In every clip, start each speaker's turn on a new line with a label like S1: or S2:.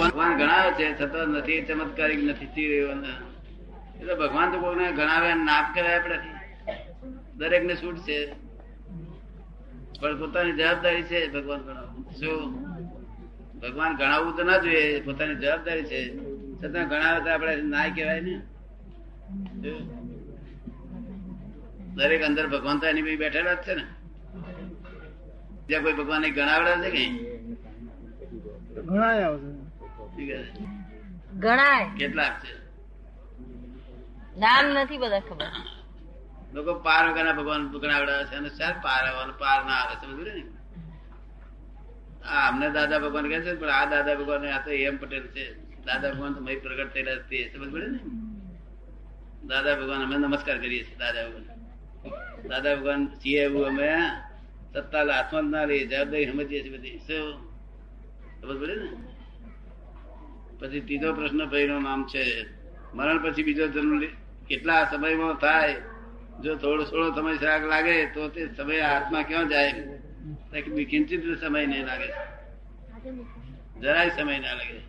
S1: ભગવાન ગણાવે છે છતાં નથી ચમત્કારિક નથી થઈ રહ્યો ને. એટલે ભગવાન તો કોઈને ગણાવે અને ના કરાય આપણે દરેક ને છૂટ છે પણ પોતાની જવાબદારી છે ભગવાન ગણાવવું શું ભગવાન ગણાવવું તો ના જોઈએ પોતાની જવાબદારી છે છતાં ગણાવે તો આપણે ના કહેવાય ને શું? દરેક અંદર ભગવાન તો એની બી બેઠેલા જ છે ને જ્યાં કોઈ ભગવાન ગણાવડા છે કે
S2: ઘણા આવશે
S3: ગણાય
S1: કેટલાક છે
S3: નામ નથી બધા ખબર
S1: લોકો પાર વગરના ભગવાન ગણાવડા છે અને સાહેબ પાર આવવાનું પાર ના આવે સમજ ને આ અમને દાદા ભગવાન કહે છે પણ આ દાદા ભગવાન આ તો એમ પટેલ છે દાદા ભગવાન તો મય પ્રગટ થયેલા છે તે સમજ પડે ને દાદા ભગવાન અમે નમસ્કાર કરીએ છીએ દાદા ભગવાન દાદા ભગવાન છીએ એવું અમે સત્તા હાથમાં જ ના લઈએ જવાબદારી સમજીએ છીએ બધી શું સમજ પડે ને પછી ત્રીજો પ્રશ્ન ભાઈનું નામ છે મરણ પછી બીજો જન્મ લે- કેટલા સમયમાં થાય જો થોડો થોડો સમય શ્રાગ લાગે તો તે સમય આત્મા ક્યાં જાય તો કે બી કિંચિત સમય નહીં લાગે જરાય સમય ના લાગે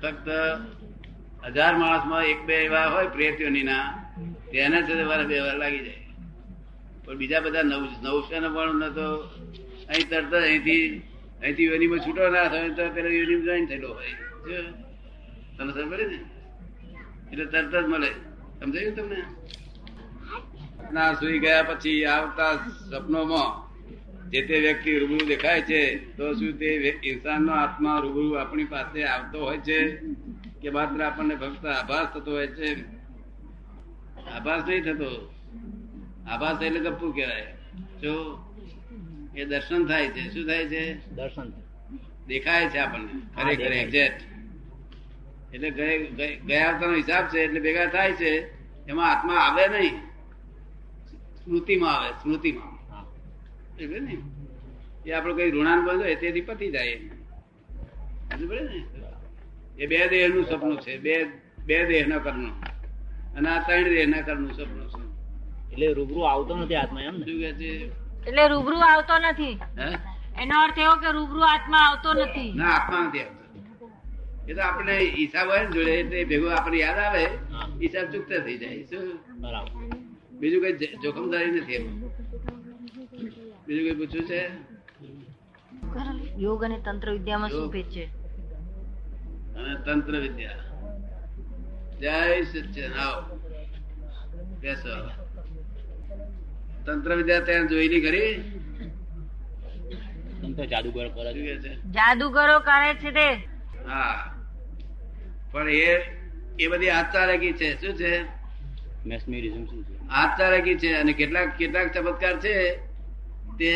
S1: ફક્ત હજાર માણસમાં એક બે એવા હોય પ્રેતીઓની ના તેને છે તે વાર બે વાર લાગી જાય પણ બીજા બધા નવ નવસો ને પણ તો અહીં તરત જ અહીંથી અહીંથી યોનીમાં છૂટો ના થયો તો પેલો યોનીમાં જોઈન થયેલો હોય જો, તમને સમજ પડી ને એટલે તરત જ મળે સમજાયું તમને ના સુઈ ગયા પછી આવતા સપનોમાં જે તે વ્યક્તિ રૂબરૂ દેખાય છે તો શું તે વ્ય- ઇન્સાનનો આત્મા રૂબરૂ આપણી પાસે આવતો હોય છે કે માત્ર આપણને ફક્ત આભાસ થતો હોય છે આભાસ નહીં થતો આભાસ એટલે ગપ્પુ કહેવાય જો એ દર્શન થાય છે શું થાય છે
S2: દર્શન
S1: દેખાય છે આપણને
S2: હા,
S1: ખરેખર
S2: દેખાય.
S1: એક્ઝેક્ટ એટલે ગયે- ગયે- ગયા અવતારનો હિસાબ છે એટલે ભેગા થાય છે એમાં આત્મા આવે નહીં સ્મૃતિમાં આવે સ્મૃતિમાં
S2: હા.
S1: એટલે ને એ આપણો કઈ ઋણાન બંધ હોય તેથી પતી જાય એમ. સમજ પડે ને? એ બે દેહનું સપનું છે બે બે દેહના કરનું અને આ ત્રણ દેહના કરનું સપનું છે
S2: એટલે રૂબરૂ આવતો નથી આત્મા એમ ને
S1: શું કહે છે
S3: એટલે રૂબરૂ આવતો નથી
S1: હે?
S3: એનો અર્થ એવો કે રૂબરૂ આત્મા આવતો નથી
S1: ના આત્મા નથી આવતો એ તો આપણે હિસાબ હોય ને જોડે એટલે ભેગો આપણે યાદ આવે
S2: હા.
S1: હિસાબ ચૂકતા થઈ જાય શું
S2: બરાબર
S1: બીજું કઈ જ- જોખમદારી નથી એમાં બીજું કઈ પૂછ્યું છે
S3: યોગ અને તંત્ર વિદ્યામાં
S1: શું યોગ.
S3: શું
S1: ભેદ
S3: ભેદ છે
S1: અને તંત્ર વિદ્યા જય સચ્ચન આવો બેસો તંત્ર વિદ્યા ત્યાં જોઈલી ખરી
S2: તમ તો જાદુગર કરે
S1: શું
S2: છે.
S1: કે છે
S3: જાદુગરો કરે છે તે
S1: હા પણ એ એ બધી આચારકી છે શું છે
S2: મેસમીરિઝમ શું છે
S1: આચારકી છે અને કેટલાક કેટલાક ચમત્કાર છે તે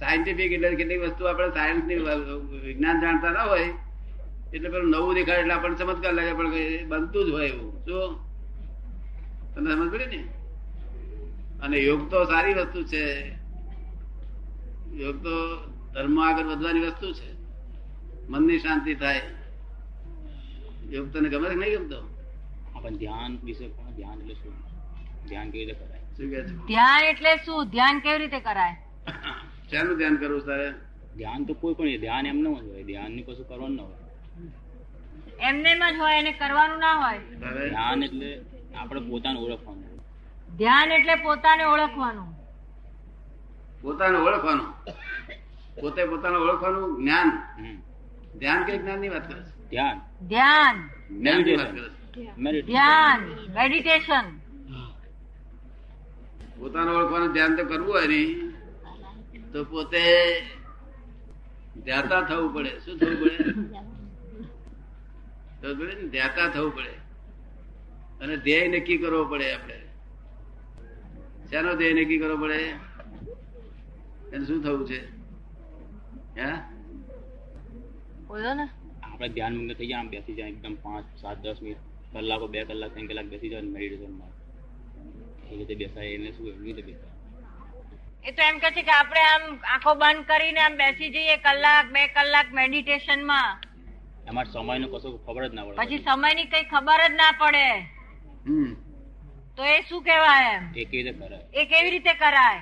S1: સાયન્ટિફિક એટલે કેટલીક વસ્તુ આપણે સાયન્સની વ- વિજ્ઞાન જાણતા ના હોય એટલે પેલું નવું દેખાય એટલે આપણને ચમત્કાર લાગે પણ એ બનતું જ હોય એવું શું તમને સમજ પડી ને અને યોગ તો સારી વસ્તુ છે યોગ તો ધર્મ આગળ વધવાની વસ્તુ છે મનની શાંતિ થાય યોગ તને ગમે કે નહીં ગમતો
S2: આપણ ધ્યાન વિશે પણ ધ્યાન એટલે શું ધ્યાન કેવી રીતે કરાય
S1: શું કહે છે
S3: ધ્યાન એટલે શું ધ્યાન કેવી રીતે કરાય
S1: શાનું ધ્યાન કરવું તારે
S2: ધ્યાન તો કોઈ પણ ધ્યાન એમ ન હોય ધ્યાનની કશું કરવાનું ન હોય
S3: એમનેમ જ હોય એને કરવાનું ના હોય
S1: તારે
S2: ધ્યાન એટલે આપણે પોતાને ઓળખવાનું હોય.
S3: ધ્યાન એટલે પોતાને ઓળખવાનું
S1: પોતાને ઓળખવાનું પોતે પોતાને ઓળખવાનું જ્ઞાન
S2: હમ.
S1: ધ્યાન કે જ્ઞાન ની વાત કરે છે?
S2: ધ્યાન
S3: ધ્યાન
S1: જ્ઞાન ની વાત કરે છે.
S2: મેડિટેશન
S3: ધ્યાન મેડિટેશન
S1: પોતાને ઓળખવાનું ધ્યાન તો કરવું હોય નહીં તો પોતે ધ્યાતા થવું પડે શું થવું પડે ખબર પડી ને? ધ્યાતા થવું પડે અને ધ્યેય નક્કી કરવો પડે આપણે શાનો ધ્યેય નક્કી કરવો પડે એને શું થવું છે હે
S3: બોલો ને
S2: આપણે ધ્યાન મગ્ન થઈ જાય આમ બેસી જાય એકદમ પાંચ સાત દસ મિનિટ કલાકો બે કલાક ત્રણ કલાક બેસી જાય મેડિટેશનમાં એ રીતે બેસાય એને શું એવી રીતે બેસાય
S3: એ તો એમ કે છે કે આપણે આમ આંખો બંધ કરીને આમ બેસી જઈએ કલાક બે કલાક મેડિટેશનમાં
S2: એમાં સમયનો કશો ખબર જ ના
S3: પછી
S2: પડે
S3: સમયની કઈ ખબર જ ના પડે
S1: હમ
S3: તો એ શું કહેવાય એમ
S2: એ કેવી રીતે કરાય
S3: એ કેવી રીતે કરાય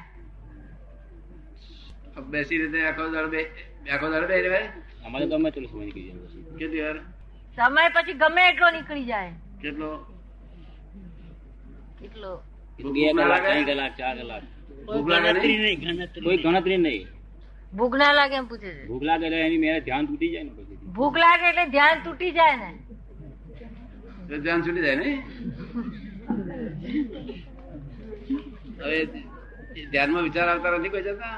S1: બેસી રીતે આખો દાડો બે આખો દાડો બેહી રહેવાય?
S2: અમારે ગમે તેટલો સમય નીકળી જાય પછી
S1: કેટલી વાર
S3: સમય પછી ગમે એટલો નીકળી જાય
S1: કેટલો
S3: એટલો
S2: બે કલાક ત્રણ કલાક ચાર કલાક
S1: ભૂખ લાગે નહીં?
S2: કોઈ ગણતરી નહીં
S3: ભૂખ ના લાગે એમ પૂછે છે
S2: ભૂખ લાગે તો એની મેરે ધ્યાન તૂટી જાય ને પછી
S3: ભૂખ લાગે એટલે ધ્યાન તૂટી જાય ને
S1: તો ધ્યાન છૂટી જાય ને હવે ધ્યાનમાં વિચાર આવતા નથી કોઈ જતા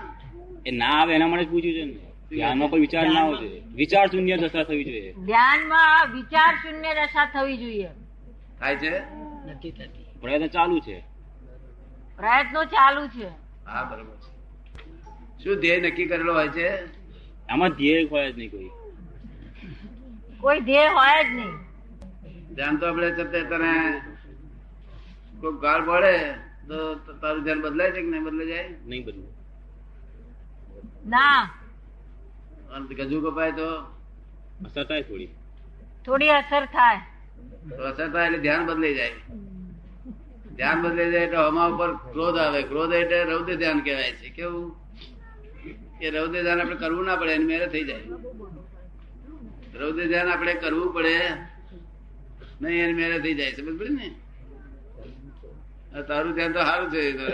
S2: એ ના આવે એના માટે જ પૂછ્યું છે ને ધ્યાનમાં કોઈ વિચાર ના હોય છે વિચાર શૂન્ય દશા થવી જોઈએ
S3: ધ્યાનમાં વિચાર શૂન્ય દશા થવી જોઈએ
S1: થાય છે
S2: પ્રયત્ન ચાલુ છે
S3: પ્રયત્નો ચાલુ છે
S1: હા બરોબર છે શું ધ્યેય નક્કી કરેલો હોય છે
S2: આમાં ધ્યેય હોય જ નહીં કોઈ
S3: કોઈ ધ્યેય હોય જ નહીં
S1: ધ્યાન તો આપણે છતાં તને કોઈ ગાળ પડે તો તારું ધ્યાન બદલાય છે કે નહીં બદલાઈ જાય
S2: નહીં બદલું
S3: ના
S1: અને ગજુ કપાય તો
S2: અસર થાય થોડી
S3: થોડી અસર થાય
S1: તો અસર થાય એટલે ધ્યાન બદલાઈ જાય ધ્યાન બદલાઈ જાય એટલે હમા ઉપર ક્રોધ આવે ક્રોધ એટલે રૌદ્ર ધ્યાન કહેવાય છે કેવું એ રૌદ્ર ધ્યાન આપણે કરવું ના પડે એની મેરે થઈ જાય રૌદ્ર ધ્યાન આપણે કરવું પડે નહીં એની મેરે થઈ જાય સમજ પડી ને આ તારું ધ્યાન તો સારું છે તો